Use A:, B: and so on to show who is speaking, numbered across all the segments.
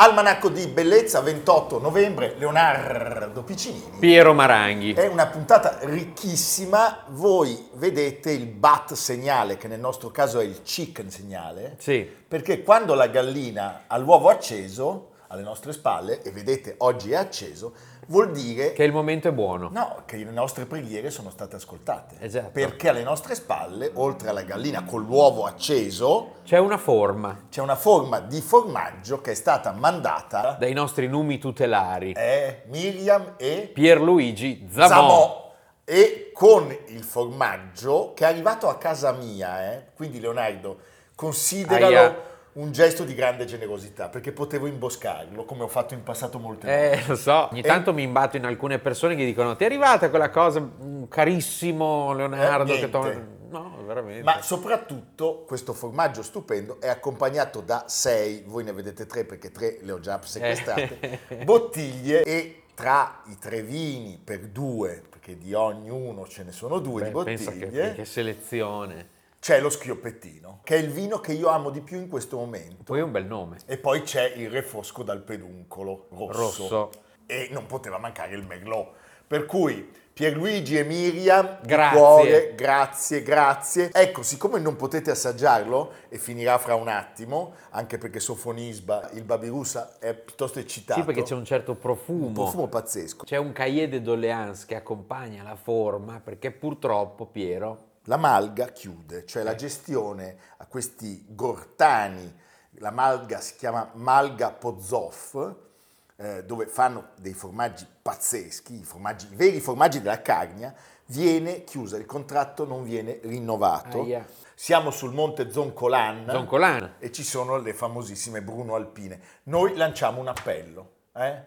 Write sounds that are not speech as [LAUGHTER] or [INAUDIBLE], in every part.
A: Almanacco di Bellezza, 28 novembre, Leonardo Piccinini.
B: Piero Maranghi.
A: È una puntata ricchissima, voi vedete il bat segnale, che nel nostro caso è il chicken segnale,
B: Sì,
A: perché quando la gallina ha l'uovo acceso, alle nostre spalle, e vedete oggi è acceso, vuol dire
B: che il momento è buono.
A: No, che le nostre preghiere sono state ascoltate.
B: Esatto.
A: Perché alle nostre spalle, oltre alla gallina con l'uovo acceso,
B: C'è una forma
A: c'è una forma di formaggio che è stata mandata
B: dai nostri numi tutelari.
A: è Miriam e
B: Pierluigi Zamò.
A: Zamò. E con il formaggio che è arrivato a casa mia, eh, quindi Leonardo, consideralo
B: Aia.
A: un gesto di grande generosità, perché potevo imboscarlo, come ho fatto in passato molte volte.
B: Eh, lo so, ogni
A: E-
B: tanto mi imbatto in alcune persone che dicono ti è arrivata quella cosa, mm, carissimo Leonardo,
A: Eh,
B: che to-"
A: niente.
B: No, veramente.
A: Ma soprattutto questo formaggio stupendo è accompagnato da sei, voi ne vedete tre perché tre le ho già sequestrate,
B: Eh. [LAUGHS]
A: bottiglie e tra i tre vini per due, perché di ognuno ce ne sono due di
B: Beh, pensa che,
A: bottiglie,
B: che selezione.
A: c'è lo schioppettino, che è il vino che io amo di più in questo momento.
B: Poi è un bel nome.
A: E poi c'è il refosco dal peduncolo rosso.
B: Rosso.
A: E non poteva mancare il Merlot. Per cui Pierluigi e Miriam, di
B: Grazie.
A: cuore, grazie, grazie. Ecco, siccome non potete assaggiarlo, e finirà fra un attimo, anche perché Sofonisba, il Babirusa, è piuttosto eccitato.
B: Sì, perché c'è un certo profumo.
A: un profumo pazzesco.
B: C'è un cahier de doléance che accompagna la forma, perché purtroppo, Piero,
A: La malga chiude, cioè la gestione a questi gortani, la malga si chiama malga Pozzoff, eh, dove fanno dei formaggi pazzeschi, i, formaggi- i veri formaggi della Carnia, viene chiusa, il contratto non viene rinnovato.
B: aia,
A: Siamo sul monte Zoncolan
B: Zoncolana,
A: e ci sono le famosissime Bruno Alpine. Noi lanciamo un appello, eh?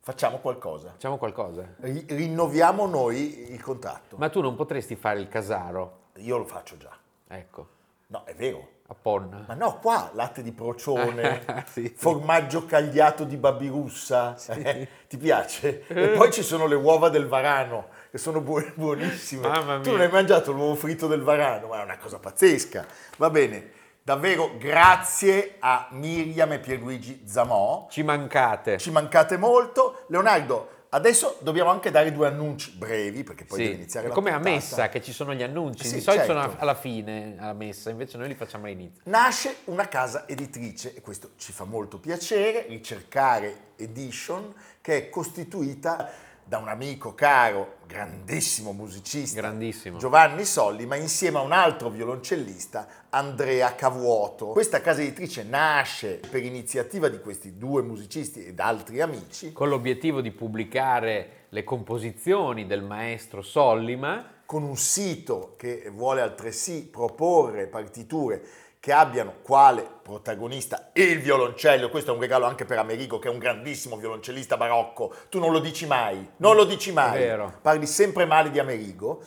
A: facciamo qualcosa,
B: facciamo qualcosa.
A: Ri- rinnoviamo noi il contratto.
B: Ma tu non potresti fare il casaro,
A: Io lo faccio già,
B: ecco,
A: no è vero.
B: a Ponna.
A: Ma no, qua latte di procione,
B: [LAUGHS] Sì, sì.
A: formaggio cagliato di babirussa, eh, ti piace? E poi ci sono le uova del varano, che sono buo- buonissime.
B: Mamma
A: Tu
B: mia.
A: non hai mangiato l'uovo fritto del varano, ma è una cosa pazzesca. Va bene, davvero grazie a Miriam e Pierluigi Zamò,
B: Ci mancate.
A: ci mancate molto. Leonardo, adesso dobbiamo anche dare due annunci brevi, perché poi
B: Sì.
A: deve iniziare
B: È
A: la
B: come a
A: puntata.
B: messa che ci sono gli annunci,
A: Sì,
B: di solito
A: certo.
B: sono a- alla fine, alla messa, invece noi li facciamo all'inizio.
A: Nasce una casa editrice e questo ci fa molto piacere, Ricercare Edition, che è costituita da un amico caro, grandissimo musicista,
B: Grandissimo.
A: Giovanni Solli, ma insieme a un altro violoncellista, Andrea Cavuoto. Questa casa editrice nasce per iniziativa di questi due musicisti ed altri amici,
B: Con l'obiettivo di pubblicare le composizioni del maestro Sollima,
A: con un sito che vuole altresì proporre partiture che abbiano quale protagonista il violoncello, questo è un regalo anche per Amerigo che è un grandissimo violoncellista barocco, tu non lo dici mai, non lo dici mai,
B: vero.
A: parli sempre male di Amerigo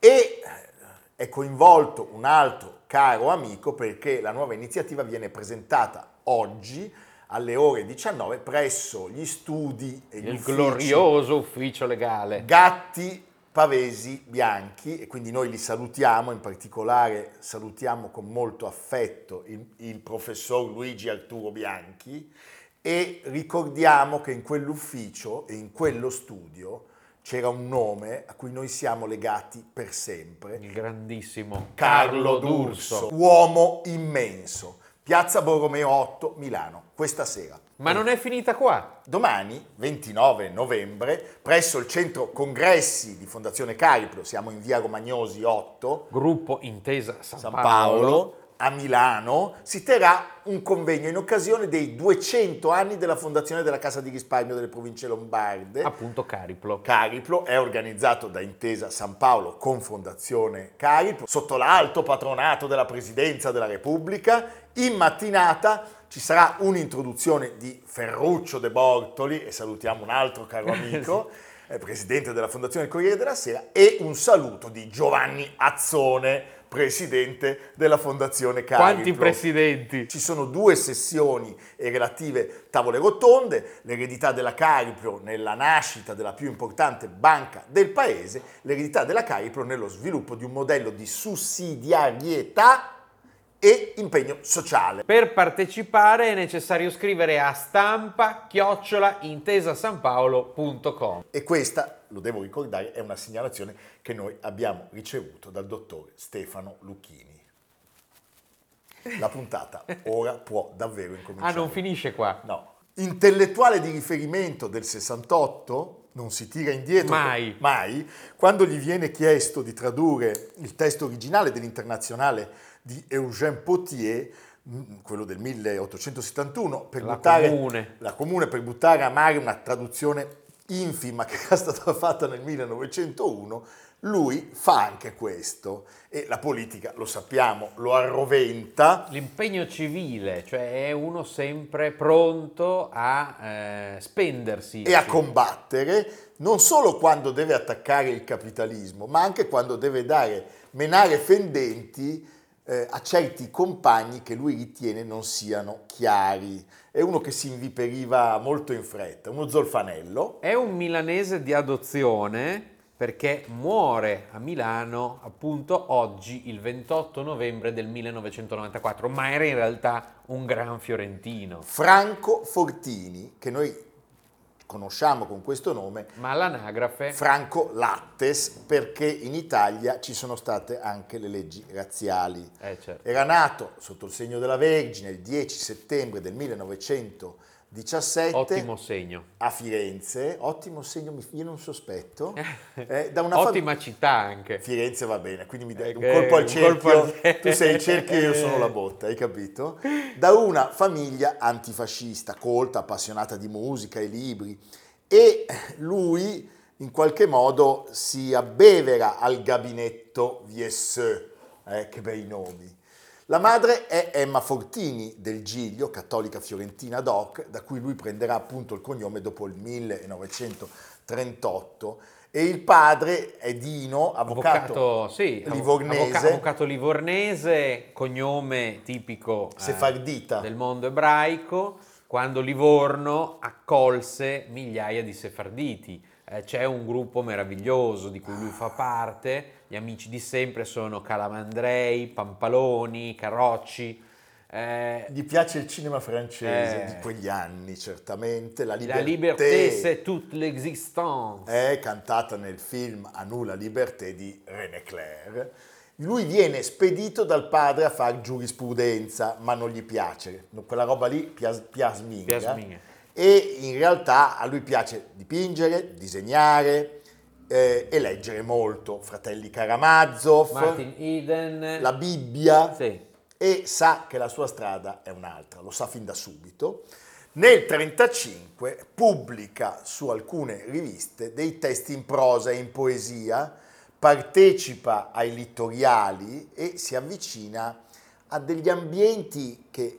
A: e eh, è coinvolto un altro caro amico perché la nuova iniziativa viene presentata oggi alle ore 19 presso gli studi e gli
B: il
A: uffici
B: glorioso ufficio legale.
A: Gatti pavesi bianchi e quindi noi li salutiamo, in particolare salutiamo con molto affetto il, il professor Luigi Arturo Bianchi e ricordiamo che in quell'ufficio e in quello studio c'era un nome a cui noi siamo legati per sempre,
B: il grandissimo
A: Carlo D'Urso, uomo immenso, Piazza Borromeo 8, Milano, questa sera.
B: Ma non è finita qua.
A: Domani, 29 novembre, presso il centro congressi di Fondazione Cariplo, siamo in via Romagnosi 8,
B: Gruppo Intesa San,
A: San
B: Paolo.
A: Paolo, a Milano, si terrà un convegno in occasione dei 200 anni della fondazione della Casa di Risparmio delle province lombarde.
B: appunto Cariplo.
A: Cariplo è organizzato da Intesa San Paolo con Fondazione Cariplo sotto l'alto patronato della Presidenza della Repubblica. In mattinata ci sarà un'introduzione di Ferruccio De Bortoli e salutiamo un altro caro amico, eh, presidente della Fondazione Corriere della Sera, e un saluto di Giovanni Azzone, presidente della Fondazione Cariplo.
B: Quanti presidenti?
A: Ci sono due sessioni e relative tavole rotonde, l'eredità della Cariplo nella nascita della più importante banca del paese, l'eredità della Cariplo nello sviluppo di un modello di sussidiarietà e impegno sociale.
B: Per partecipare è necessario scrivere a stampa chiocciola intesasanpaolo.com.
A: E questa, lo devo ricordare, è una segnalazione che noi abbiamo ricevuto dal dottor Stefano Lucchini. La
B: [LAUGHS]
A: puntata ora può davvero
B: Ah,
A: incominciare.
B: non finisce qua.
A: No. Intellettuale di riferimento del 68 non si tira indietro
B: Mai.
A: mai quando gli viene chiesto di tradurre il testo originale dell'internazionale di Eugène Potier, mh, quello del 1871, per
B: La
A: buttare
B: comune.
A: la comune per buttare a mare una traduzione infima che era stata [LAUGHS] fatta nel 1901, lui fa anche questo e la politica, lo sappiamo, lo arroventa.
B: L'impegno civile, cioè è uno sempre pronto a eh, spendersi.
A: e a combattere non solo quando deve attaccare il capitalismo, ma anche quando deve dare menare fendenti eh, a certi compagni che lui ritiene non siano chiari. È uno che si inviperiva molto in fretta, uno zolfanello.
B: È un milanese di adozione perché muore a Milano appunto oggi, il 28 novembre del 1994, ma era in realtà un gran fiorentino.
A: Franco Fortini, che noi conosciamo con questo nome,
B: Ma all'anagrafe
A: Franco Lattes, perché in Italia ci sono state anche le leggi razziali.
B: Eh, certo.
A: Era nato sotto il segno della Vergine il 10 settembre del 1917
B: ottimo segno.
A: a Firenze, ottimo segno, mi- io non
B: [LAUGHS]
A: sospetto, eh, da una
B: Ottima città anche.
A: fam- Firenze va bene, quindi mi dai
B: Eh,
A: un colpo al
B: un
A: cerchio,
B: colpo al-
A: tu sei il cerchio e io sono la botta, hai capito? Da una famiglia antifascista, colta, appassionata di musica e libri e lui in qualche modo si abbevera al gabinetto Viesseux, eh, che bei nomi. La madre è Emma Fortini del Giglio, cattolica fiorentina doc, da cui lui prenderà appunto il cognome dopo il 1938, e il padre è Dino, avvocato,
B: sì, avvo-
A: livornese.
B: avvoca- avvocato livornese, cognome tipico eh,
A: sefardita.
B: del mondo ebraico, quando Livorno accolse migliaia di sefarditi. Eh, c'è un gruppo meraviglioso di cui lui fa parte, gli amici di sempre sono Calamandrei, Pampaloni, Carrocci. eh,
A: Gli piace il cinema francese
B: Eh.
A: di quegli anni, certamente, la
B: la
A: liberté,
B: liberté, c'est toute l'existence.
A: è cantata nel film A nous la liberté di René Clair. Lui viene spedito dal padre a fare giurisprudenza, ma non gli piace. Quella roba lì pias- piasminga.
B: Piasminga.
A: E in realtà a lui piace dipingere, disegnare eh, e leggere molto. Fratelli Karamazov,
B: Martin Eden.
A: la Bibbia
B: Sì.
A: e sa che la sua strada è un'altra, lo sa fin da subito. Nel 1935 pubblica su alcune riviste dei testi in prosa e in poesia, partecipa ai littoriali e si avvicina a degli ambienti che mm,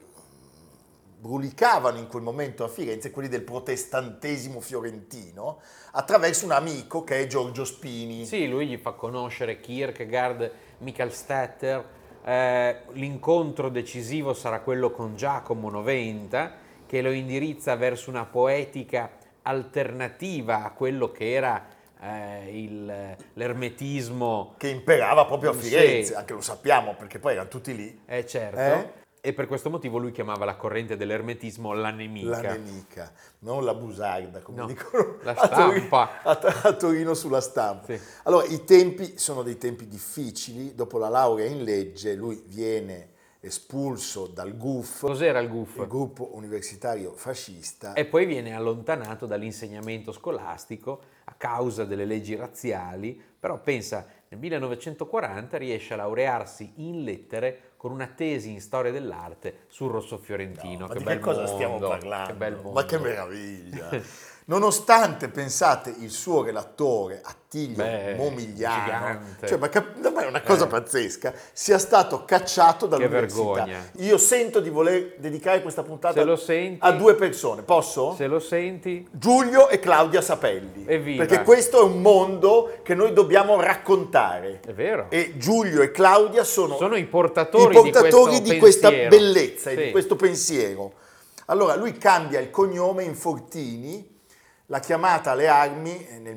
A: brulicavano in quel momento a Firenze, quelli del protestantesimo fiorentino, attraverso un amico che è Giorgio Spini.
B: Sì, lui gli fa conoscere Kierkegaard, Michael Stetter, eh, l'incontro decisivo sarà quello con Giacomo Noventa, che lo indirizza verso una poetica alternativa a quello che era eh, il- l'ermetismo,
A: che imperava proprio a
B: Sì.
A: Firenze, anche lo sappiamo perché poi erano tutti lì,
B: eh, certo, e per questo motivo lui chiamava la corrente dell'ermetismo la nemica.
A: la nemica, non la busarda come
B: No,
A: dicono
B: la
A: [LAUGHS] a Tori-
B: stampa.
A: a, T- a Torino sulla stampa.
B: Sì.
A: Allora i tempi sono dei tempi difficili, dopo la laurea in legge lui viene espulso dal GUF,
B: Cos'era il gufo?
A: il gruppo universitario fascista,
B: E poi viene allontanato dall'insegnamento scolastico a causa delle leggi razziali, però pensa, nel 1940 riesce a laurearsi in lettere con una tesi in storia dell'arte sul rosso fiorentino.
A: No, ma
B: che
A: di
B: bel
A: che cosa
B: mondo,
A: stiamo parlando?
B: Che bel mondo. [LAUGHS]
A: Ma che meraviglia! Nonostante, pensate, il suo relatore Attilio
B: Beh,
A: Momigliano,
B: gigante.
A: cioè, ma cap- no, ma è una cosa
B: Eh.
A: pazzesca, sia stato cacciato dall'università.
B: vergogna.
A: Io sento di voler dedicare questa puntata
B: Se lo senti-
A: a due persone, posso?
B: Se lo senti,
A: Giulio e Claudia Sapelli.
B: Evviva.
A: Perché questo è un mondo che noi dobbiamo raccontare.
B: è vero.
A: E Giulio e Claudia sono,
B: Sono i portatori,
A: i portatori
B: di,
A: di, questa
B: questo pensiero.
A: bellezza e
B: Sì.
A: di questo pensiero. Allora lui cambia il cognome in Fortini, la chiamata alle armi eh, nel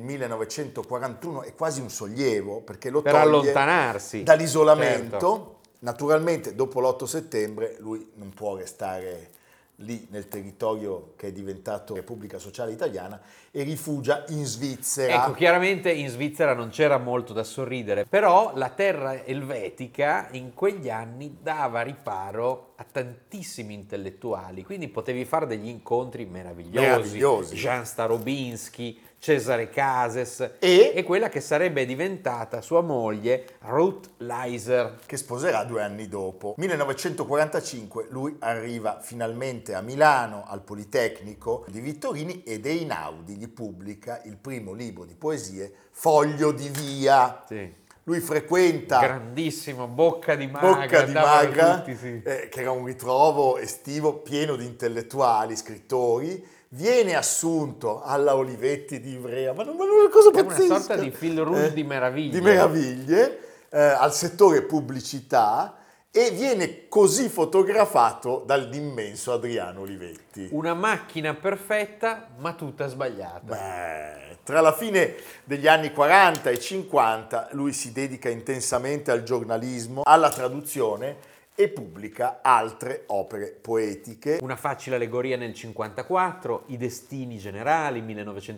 A: 1941 è quasi un sollievo perché lo
B: Per
A: toglie
B: allontanarsi,
A: dall'isolamento.
B: certo.
A: Naturalmente dopo l'8 settembre lui non può restare lì nel territorio che è diventato Repubblica Sociale Italiana e rifugia in Svizzera.
B: Ecco, chiaramente in Svizzera non c'era molto da sorridere, però la terra elvetica in quegli anni dava riparo a tantissimi intellettuali, quindi potevi fare degli incontri meravigliosi.
A: Meravigliosi.
B: Jean Starobinski, Cesare Cases
A: E?
B: quella che sarebbe diventata sua moglie Ruth Leiser.
A: che sposerà due anni dopo. 1945 lui arriva finalmente a Milano al Politecnico di Vittorini ed Einaudi gli pubblica il primo libro di poesie Foglio di Via.
B: Sì.
A: Lui frequenta
B: Grandissimo, bocca di magra,
A: Bocca di
B: andava da
A: Magra,
B: tutti, sì.
A: eh, che era un ritrovo estivo pieno di intellettuali, scrittori, viene assunto alla Olivetti di Ivrea, ma non ma non è una cosa
B: È una
A: pazzesca. Eh,
B: sorta di fil rouge di meraviglie.
A: Di meraviglie, eh, al settore pubblicità e viene così fotografato dall'immenso Adriano Olivetti.
B: Una macchina perfetta, ma tutta sbagliata.
A: Beh, tra la fine degli anni 40 e 50 lui si dedica intensamente al giornalismo, alla traduzione e pubblica altre opere poetiche.
B: Una facile allegoria nel 54, I destini generali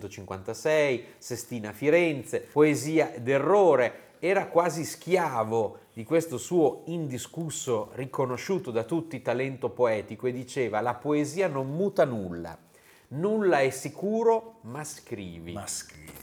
B: 1956, Sestina a Firenze, poesia d'errore, era quasi schiavo di questo suo indiscusso, riconosciuto da tutti talento poetico e diceva la poesia non muta nulla, nulla è sicuro ma scrivi.
A: Ma scrivi.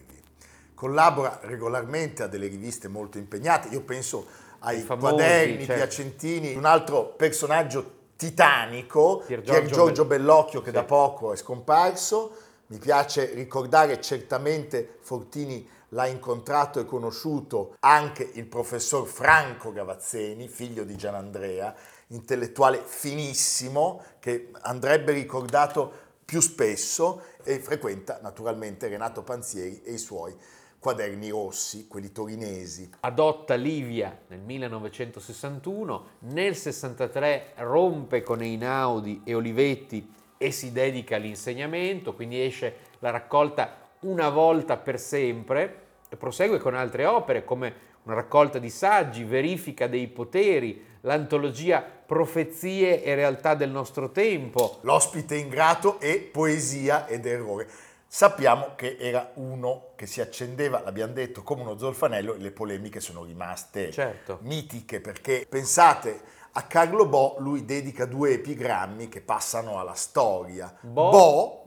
A: Collabora regolarmente a delle riviste molto impegnate, io penso ai
B: I famosi,
A: Quaderni,
B: certo.
A: Piacentini, un altro personaggio titanico,
B: Pier
A: Pier
B: Giorgio
A: Giorgio,
B: Bell-
A: Bellocchio che
B: Sì.
A: da poco è scomparso. Mi piace ricordare certamente Fortini l'ha incontrato e conosciuto anche il professor Franco Gavazzeni, figlio di Gianandrea, intellettuale finissimo che andrebbe ricordato più spesso e frequenta naturalmente Renato Panzieri e i suoi quaderni rossi, quelli torinesi.
B: adotta Livia nel 1961, nel 63 rompe con Einaudi e Olivetti e si dedica all'insegnamento, quindi esce la raccolta una volta per sempre e prosegue con altre opere come una raccolta di saggi, verifica dei poteri, l'antologia Profezie e realtà del nostro tempo.
A: L'ospite ingrato e poesia ed errore. Sappiamo che era uno che si accendeva, l'abbiamo detto, come uno zolfanello e le polemiche sono rimaste
B: Certo.
A: mitiche perché pensate a Carlo Bo lui dedica due epigrammi che passano alla storia.
B: Bo? [LAUGHS]
A: Bo,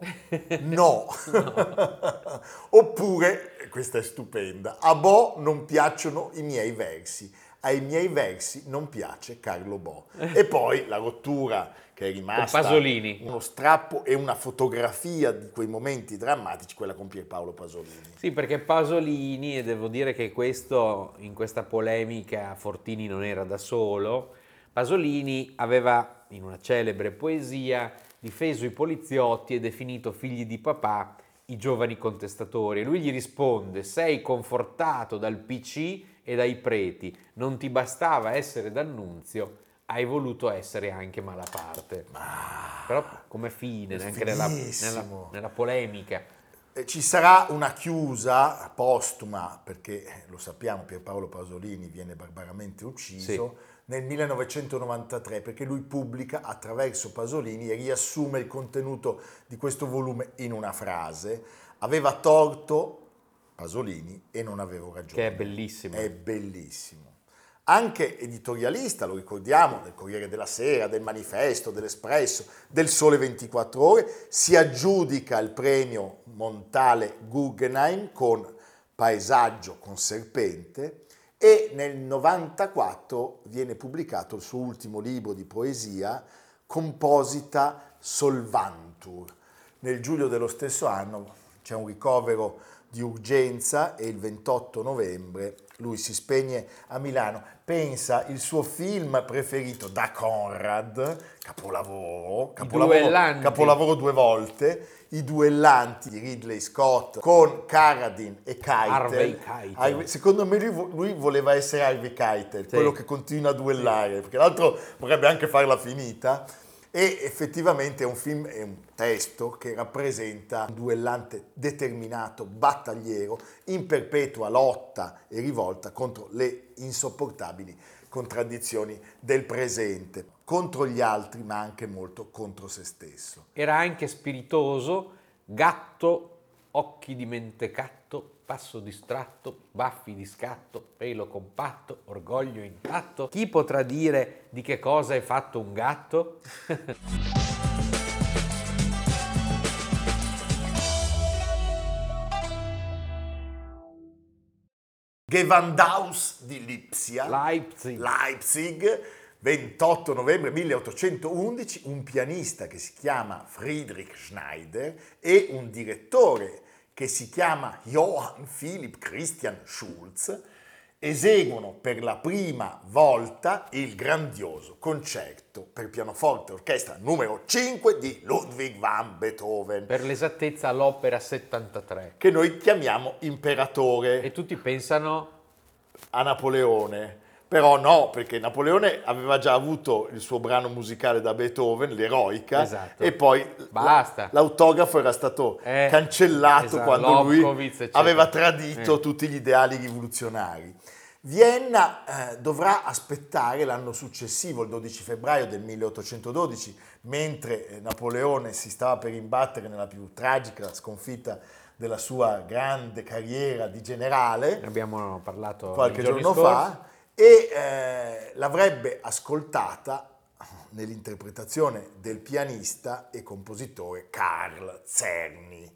A: no. [LAUGHS] Oppure, questa è stupenda, a Bo non piacciono i miei versi, ai miei versi non piace Carlo Bo. E poi la rottura che è rimasta,
B: Pasolini.
A: uno strappo e una fotografia di quei momenti drammatici, quella con Pierpaolo Pasolini.
B: Sì, perché Pasolini, e devo dire che questo, in questa polemica Fortini non era da solo, Pasolini aveva in una celebre poesia difeso i poliziotti e definito figli di papà i giovani contestatori e lui gli risponde sei confortato dal PC e dai preti, non ti bastava essere d'annunzio, hai voluto essere anche malaparte. Però come fine, anche nella, nella,
A: Finissimo.
B: nella polemica.
A: Eh, Ci sarà una chiusa postuma, perché eh, lo sappiamo, Pierpaolo Pasolini viene barbaramente ucciso nel 1993, perché lui pubblica attraverso Pasolini e riassume il contenuto di questo volume in una frase. Aveva torto Pasolini e non avevo ragione.
B: Che è bellissimo.
A: È bellissimo. Anche editorialista, lo ricordiamo, del Corriere della Sera, del Manifesto, dell'Espresso, del Sole 24 Ore, si aggiudica il premio Montale Guggenheim con Paesaggio con serpente e nel 94 viene pubblicato il suo ultimo libro di poesia, Composita Solvantur. Nel giugno dello stesso anno c'è un ricovero di urgenza e il 28 novembre lui si spegne a Milano. Pensa, il suo film preferito da Conrad, capolavoro, capolavoro,
B: duellanti.
A: capolavoro due volte, I duellanti di Ridley Scott con Carradine e Keitel.
B: Harvey Keitel.
A: Harvey- secondo me lui, vo- lui voleva essere Harvey Keitel,
B: Sì.
A: quello che continua a duellare, perché l'altro vorrebbe anche farla finita. E effettivamente è un film, è un testo che rappresenta un duellante determinato, battagliero, in perpetua lotta e rivolta contro le insopportabili contraddizioni del presente, contro gli altri, ma anche molto contro se stesso.
B: Era anche spiritoso, gatto, occhi di mentecatto, passo distratto, baffi di scatto, pelo compatto, orgoglio intatto. Chi potrà dire di che cosa è fatto un gatto?
A: Gewandhaus di Lipsia.
B: Leipzig.
A: Leipzig, 28 novembre 1811, un pianista che si chiama Friedrich Schneider e un direttore che si chiama Johann Philipp Christian Schulz eseguono per la prima volta il grandioso concerto per pianoforte e orchestra numero 5 di Ludwig van Beethoven,
B: per l'esattezza l'opera 73.
A: che noi chiamiamo imperatore
B: E tutti pensano
A: a Napoleone. Però no, perché Napoleone aveva già avuto il suo brano musicale da Beethoven, l'eroica,
B: Esatto.
A: e poi
B: Basta.
A: la- l'autografo era stato
B: Eh,
A: cancellato
B: esatto,
A: quando lui
B: Lobkowitz, eccetera.
A: aveva tradito
B: Eh.
A: tutti gli ideali rivoluzionari. Vienna eh, dovrà aspettare l'anno successivo, il 12 febbraio del 1812, mentre eh, Napoleone si stava per imbattere nella più tragica sconfitta della sua grande carriera di generale
B: ne abbiamo parlato
A: qualche
B: nei giorni
A: giorno
B: scorsi,
A: fa e eh, l'avrebbe ascoltata nell'interpretazione del pianista e compositore Carl Cerny,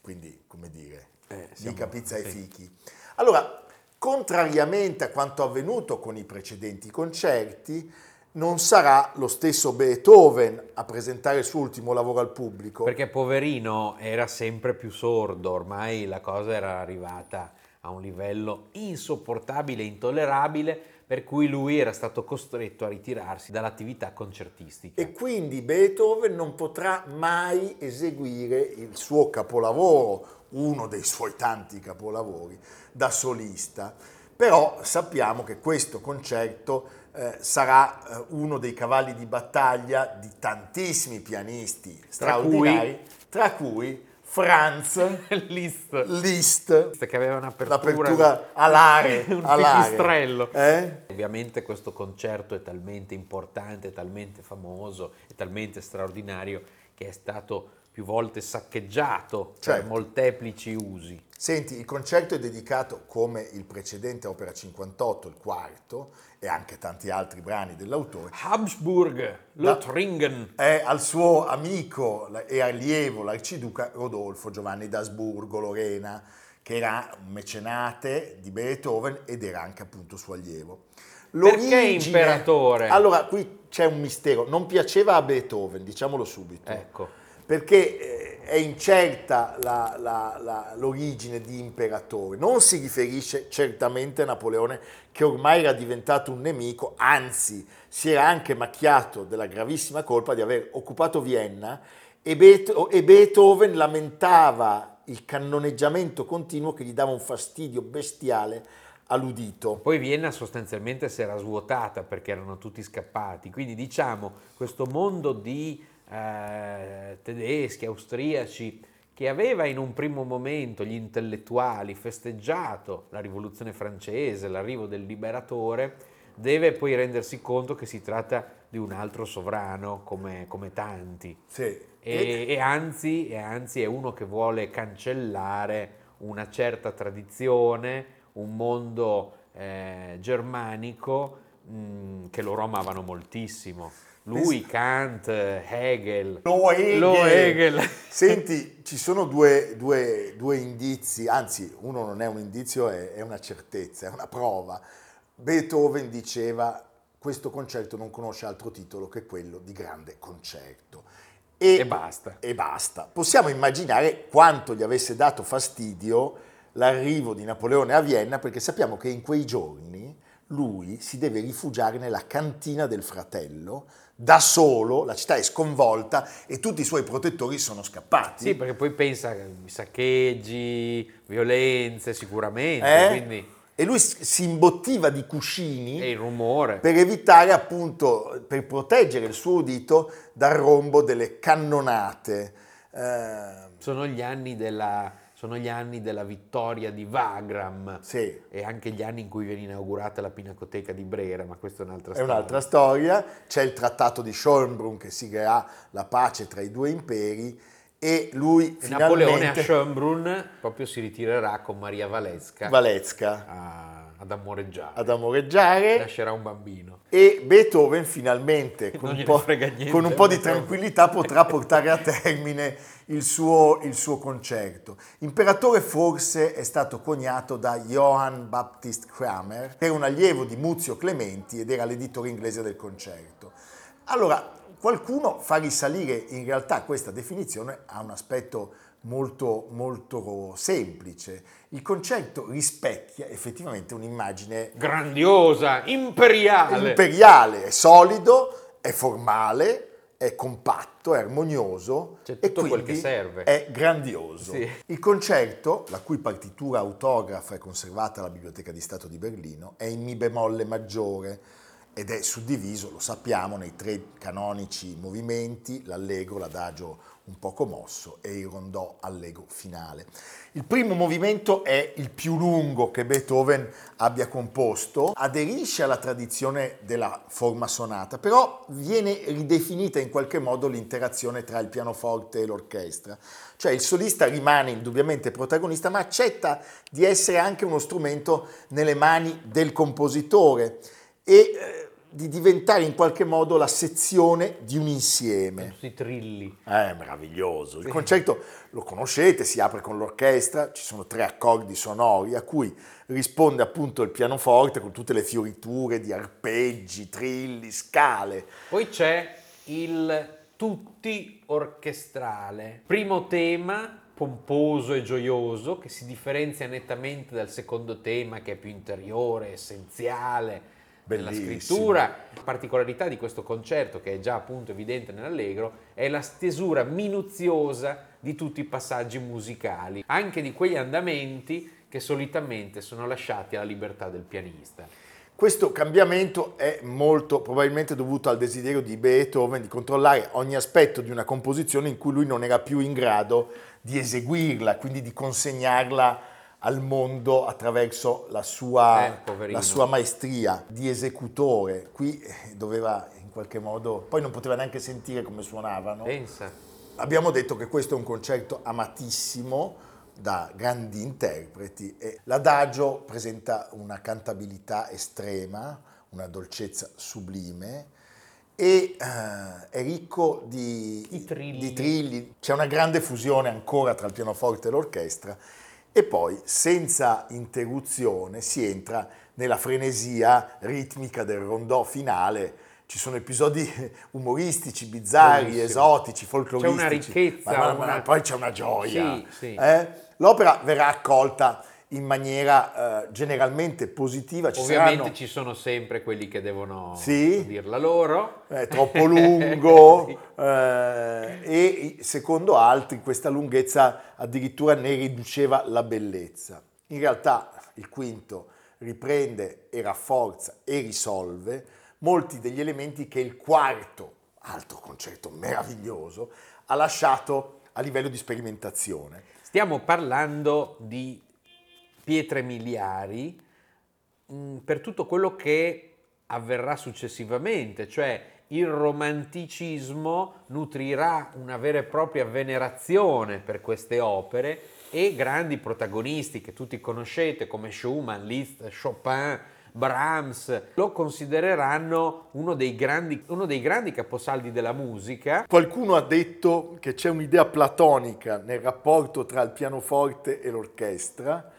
A: quindi come dire,
B: Eh, siamo-
A: mica pizza e
B: sì.
A: fichi. Allora, contrariamente a quanto avvenuto con i precedenti concerti, non sarà lo stesso Beethoven a presentare il suo ultimo lavoro al pubblico.
B: perché poverino era sempre più sordo, ormai la cosa era arrivata a un livello insopportabile, intollerabile, per cui lui era stato costretto a ritirarsi dall'attività concertistica. [LAUGHS]
A: E quindi Beethoven non potrà mai eseguire il suo capolavoro, uno dei suoi tanti capolavori, da solista. Però sappiamo che questo concerto eh, sarà eh, uno dei cavalli di battaglia di tantissimi pianisti straordinari, tra cui Franz
B: Liszt,
A: Liszt,
B: che aveva un'apertura,
A: l'apertura alare,
B: [LAUGHS] un
A: alare.
B: pipistrello.
A: Eh?
B: Ovviamente questo concerto è talmente importante, è talmente famoso, è talmente straordinario che è stato più volte saccheggiato
A: Certo.
B: per molteplici usi.
A: Senti, il concerto è dedicato, come il precedente Opera 58, il quarto, e anche tanti altri brani dell'autore,
B: Habsburg, Lothringen,
A: è al suo amico e allievo, l'arciduca Rodolfo Giovanni d'Asburgo Lorena, che era un mecenate di Beethoven ed era anche appunto suo allievo.
B: Perché imperatore?
A: Allora, qui c'è un mistero, non piaceva a Beethoven, diciamolo subito
B: ecco,
A: perché eh, è incerta la- la- la- l'origine di imperatore, non si riferisce certamente a Napoleone che ormai era diventato un nemico, anzi si era anche macchiato della gravissima colpa di aver occupato Vienna e, Beetho- e Beethoven lamentava il cannoneggiamento continuo che gli dava un fastidio bestiale all'udito.
B: poi Vienna sostanzialmente si era svuotata perché erano tutti scappati, quindi diciamo questo mondo di eh, tedeschi, austriaci, che aveva in un primo momento gli intellettuali festeggiato la rivoluzione francese, l'arrivo del liberatore, deve poi rendersi conto che si tratta di un altro sovrano come, come tanti.
A: Sì.
B: E, e anzi, e anzi è uno che vuole cancellare una certa tradizione, un mondo eh, germanico mh, che loro amavano moltissimo. Lui, Kant, Hegel.
A: Lo Hegel.
B: Lo Hegel.
A: [LAUGHS] Senti, ci sono due, due- due indizi, anzi uno non è un indizio, è, è una certezza, è una prova. Beethoven diceva questo concerto non conosce altro titolo che quello di grande concerto. E,
B: E basta.
A: e basta. Possiamo immaginare quanto gli avesse dato fastidio l'arrivo di Napoleone a Vienna, perché sappiamo che in quei giorni lui si deve rifugiare nella cantina del fratello, da solo, la città è sconvolta e tutti i suoi protettori sono scappati. Eh?
B: Sì, perché poi pensa ai saccheggi, violenze sicuramente,
A: Eh?
B: quindi
A: E lui s- si imbottiva di cuscini
B: e il rumore.
A: per evitare appunto, per proteggere il suo udito dal rombo delle cannonate. Eh,
B: Sono gli anni della, sono gli anni della vittoria di Wagram
A: sì,
B: e anche gli anni in cui viene inaugurata la Pinacoteca di Brera, ma questa è un'altra
A: è
B: storia.
A: un'altra storia. C'è il trattato di Schönbrunn che siglerà la pace tra i due imperi e lui
B: E Napoleone a
A: finalmente...
B: Schönbrunn proprio si ritirerà con Maria Valesca
A: Valesca
B: a- ad amoreggiare,
A: ad amoreggiare
B: lascerà un bambino.
A: e Beethoven
B: [LAUGHS]
A: finalmente con,
B: Non
A: un
B: gliene
A: po',
B: frega niente,
A: con un po' di
B: Beethoven.
A: tranquillità potrà portare a termine il suo, il suo concerto. Imperatore forse è stato coniato da Johann Baptist Kramer, che era un allievo di Muzio Clementi ed era l'editore inglese del concerto. Allora, qualcuno fa risalire in realtà questa definizione a un aspetto molto, molto semplice. Il concerto rispecchia effettivamente un'immagine
B: Grandiosa, imperiale.
A: imperiale, è solido, è formale, è compatto, è armonioso
B: C'è
A: e
B: tutto quel
A: quindi
B: che serve.
A: È grandioso.
B: Sì.
A: Il concerto, la cui partitura autografa è conservata alla Biblioteca di Stato di Berlino, è in mi bemolle maggiore ed è suddiviso, lo sappiamo, nei tre canonici movimenti, l'allegro, l'adagio un poco mosso e il rondò allegro finale. Il primo movimento è il più lungo che Beethoven abbia composto, aderisce alla tradizione della forma sonata, però viene ridefinita in qualche modo l'interazione tra il pianoforte e l'orchestra, cioè il solista rimane indubbiamente protagonista ma accetta di essere anche uno strumento nelle mani del compositore e eh, di diventare in qualche modo la sezione di un insieme.
B: Tutti i trilli.
A: Eh, È meraviglioso. Il
B: Sì.
A: concerto lo conoscete, si apre con l'orchestra, ci sono tre accordi sonori a cui risponde appunto il pianoforte con tutte le fioriture di arpeggi, trilli, scale.
B: Poi c'è il tutti orchestrale. Primo tema pomposo e gioioso che si differenzia nettamente dal secondo tema che è più interiore, essenziale nella
A: Bellissimo.
B: scrittura. La particolarità di questo concerto che è già appunto evidente nell'allegro è la stesura minuziosa di tutti i passaggi musicali, anche di quegli andamenti che solitamente sono lasciati alla libertà del pianista.
A: Questo cambiamento è molto probabilmente dovuto al desiderio di Beethoven di controllare ogni aspetto di una composizione in cui lui non era più in grado di eseguirla, quindi di consegnarla al mondo attraverso la sua,
B: Eh, poverino.
A: la sua maestria di esecutore. Qui eh, doveva in qualche modo, poi non poteva neanche sentire come suonavano.
B: Pensa.
A: Abbiamo detto che questo è un concerto amatissimo da grandi interpreti e l'adagio presenta una cantabilità estrema, una dolcezza sublime e eh, è ricco di,
B: Di trilli.
A: di trilli. C'è una grande fusione ancora tra il pianoforte e l'orchestra e poi senza interruzione si entra nella frenesia ritmica del rondò finale. Ci sono episodi [LAUGHS] umoristici, bizzarri,
B: Bellissimo.
A: esotici, folcloristici
B: C'è una ricchezza,
A: ma, ma- ma
B: una-
A: poi c'è una gioia.
B: Sì, sì.
A: eh? L'opera verrà accolta in maniera eh, generalmente positiva. Ci
B: Ovviamente
A: saranno-
B: ci sono sempre quelli che devono
A: Sì.
B: dirla loro.
A: è eh,
B: [LAUGHS]
A: troppo lungo
B: Sì.
A: eh, e secondo altri questa lunghezza addirittura ne riduceva la bellezza. In realtà il quinto riprende e rafforza e risolve molti degli elementi che il quarto, altro concerto meraviglioso, ha lasciato a livello di sperimentazione.
B: Stiamo parlando di pietre miliari mh, per tutto quello che avverrà successivamente, cioè il romanticismo nutrirà una vera e propria venerazione per queste opere e grandi protagonisti che tutti conoscete come Schumann, Liszt, Chopin, Brahms lo considereranno uno dei grandi, uno dei grandi caposaldi della musica
A: Qualcuno ha detto che c'è un'idea platonica nel rapporto tra il pianoforte e l'orchestra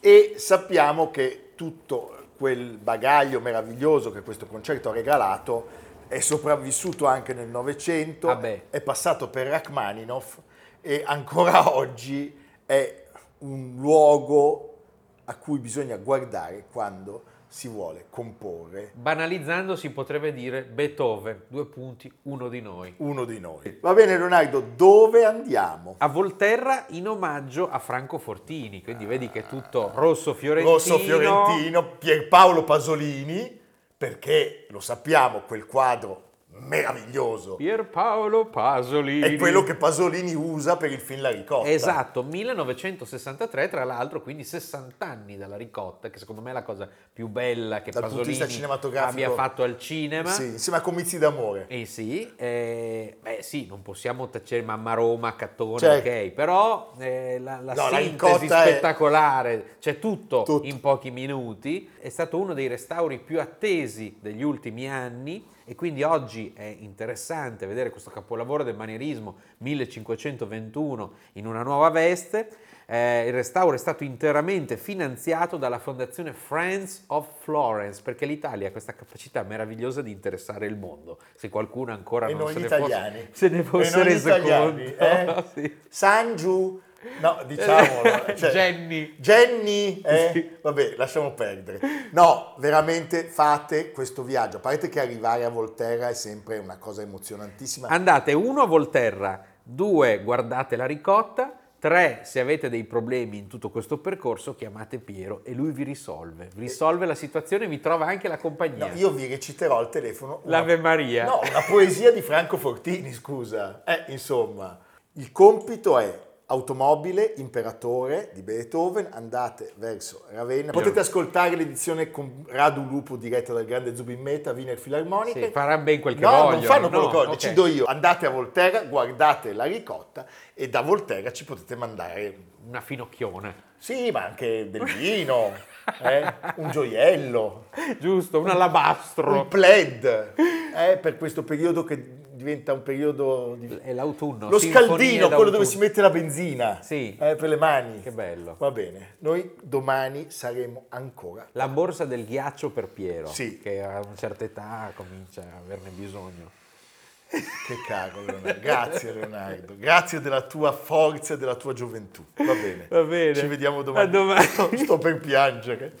A: e sappiamo che tutto quel bagaglio meraviglioso che questo concerto ha regalato è sopravvissuto anche nel Novecento,
B: Ah beh.
A: è passato per Rachmaninoff e ancora [LAUGHS] oggi è un luogo a cui bisogna guardare quando si vuole comporre
B: Banalizzando si potrebbe dire Beethoven, due punti, uno di noi.
A: uno di noi. Va bene Leonardo, dove andiamo?
B: A Volterra in omaggio a Franco Fortini, quindi vedi che è tutto rosso fiorentino.
A: Ah. Rosso Fiorentino, Pierpaolo Pasolini, perché lo sappiamo, quel quadro meraviglioso
B: Pierpaolo Pasolini.
A: è quello che Pasolini usa per il film La ricotta.
B: Esatto, 1963, tra l'altro, quindi 60 anni dalla ricotta, che secondo me è la cosa più bella che
A: Dal punto di
B: Pasolini
A: vista cinematografico.
B: abbia fatto al cinema.
A: Sì, insieme a Comizi d'amore.
B: Eh sì, eh, beh sì, non possiamo tacere Mamma Roma, Cattone,
A: Certo.
B: ok, però eh, la, la
A: No, la
B: sintesi
A: ricotta è-
B: spettacolare, c'è tutto,
A: Tutto.
B: in pochi minuti, è stato uno dei restauri più attesi degli ultimi anni e quindi oggi è interessante vedere questo capolavoro del manierismo 1521 in una nuova veste. Eh, il restauro è stato interamente finanziato dalla fondazione Friends of Florence perché l'Italia ha questa capacità meravigliosa di interessare il mondo. Se qualcuno ancora
A: E
B: non
A: noi
B: se
A: gli
B: ne
A: italiani.
B: fosse, se ne
A: E
B: fosse
A: noi gli
B: reso
A: italiani,
B: conto,
A: eh?
B: [LAUGHS] sì. Eh,
A: San Giù, no,
B: [LAUGHS]
A: diciamolo. cioè-
B: Jenny.
A: Jenny, eh?
B: Sì.
A: vabbè, lasciamo perdere. No, veramente fate questo viaggio. A parte che arrivare a Volterra è sempre una cosa emozionantissima.
B: Andate uno a Volterra, due guardate la ricotta, tre se avete dei problemi in tutto questo percorso chiamate Piero e lui vi risolve. Vi risolve la situazione e vi trova anche la compagnia.
A: No, io vi reciterò al telefono una-
B: L'Ave Maria.
A: No, una poesia di Franco Fortini, scusa. Eh, insomma, il compito è Automobile Imperatore di Beethoven, andate verso Ravenna. Potete ascoltare l'edizione con Radu Lupo diretta dal grande Zubin Meta, Wiener Filarmonica.
B: Sì, faranno ben quel che
A: no,
B: vogliono.
A: non fanno quello
B: no,
A: che vogliono,
B: ok.
A: decido io. Andate a Volterra, guardate la ricotta e da Volterra ci potete mandare,
B: Una finocchiona.
A: sì, ma anche del
B: [LAUGHS]
A: vino, eh, un gioiello
B: Giusto, un alabastro.
A: un plaid eh, per questo periodo che diventa un periodo di...
B: È l'autunno.
A: lo
B: sinfonia
A: scaldino, quello dove
B: d'autunno.
A: si mette la benzina
B: Sì.
A: eh, per le mani.
B: Che bello.
A: Va bene, noi domani saremo ancora.
B: La borsa del ghiaccio per Piero,
A: Sì.
B: che a una certa età comincia a averne bisogno.
A: Che caro Leonardo, grazie Leonardo, grazie della tua forza e della tua gioventù. Va bene.
B: Va bene.
A: Ci vediamo domani.
B: A domani.
A: Sto- sto per piangere.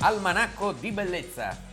B: Almanacco di bellezza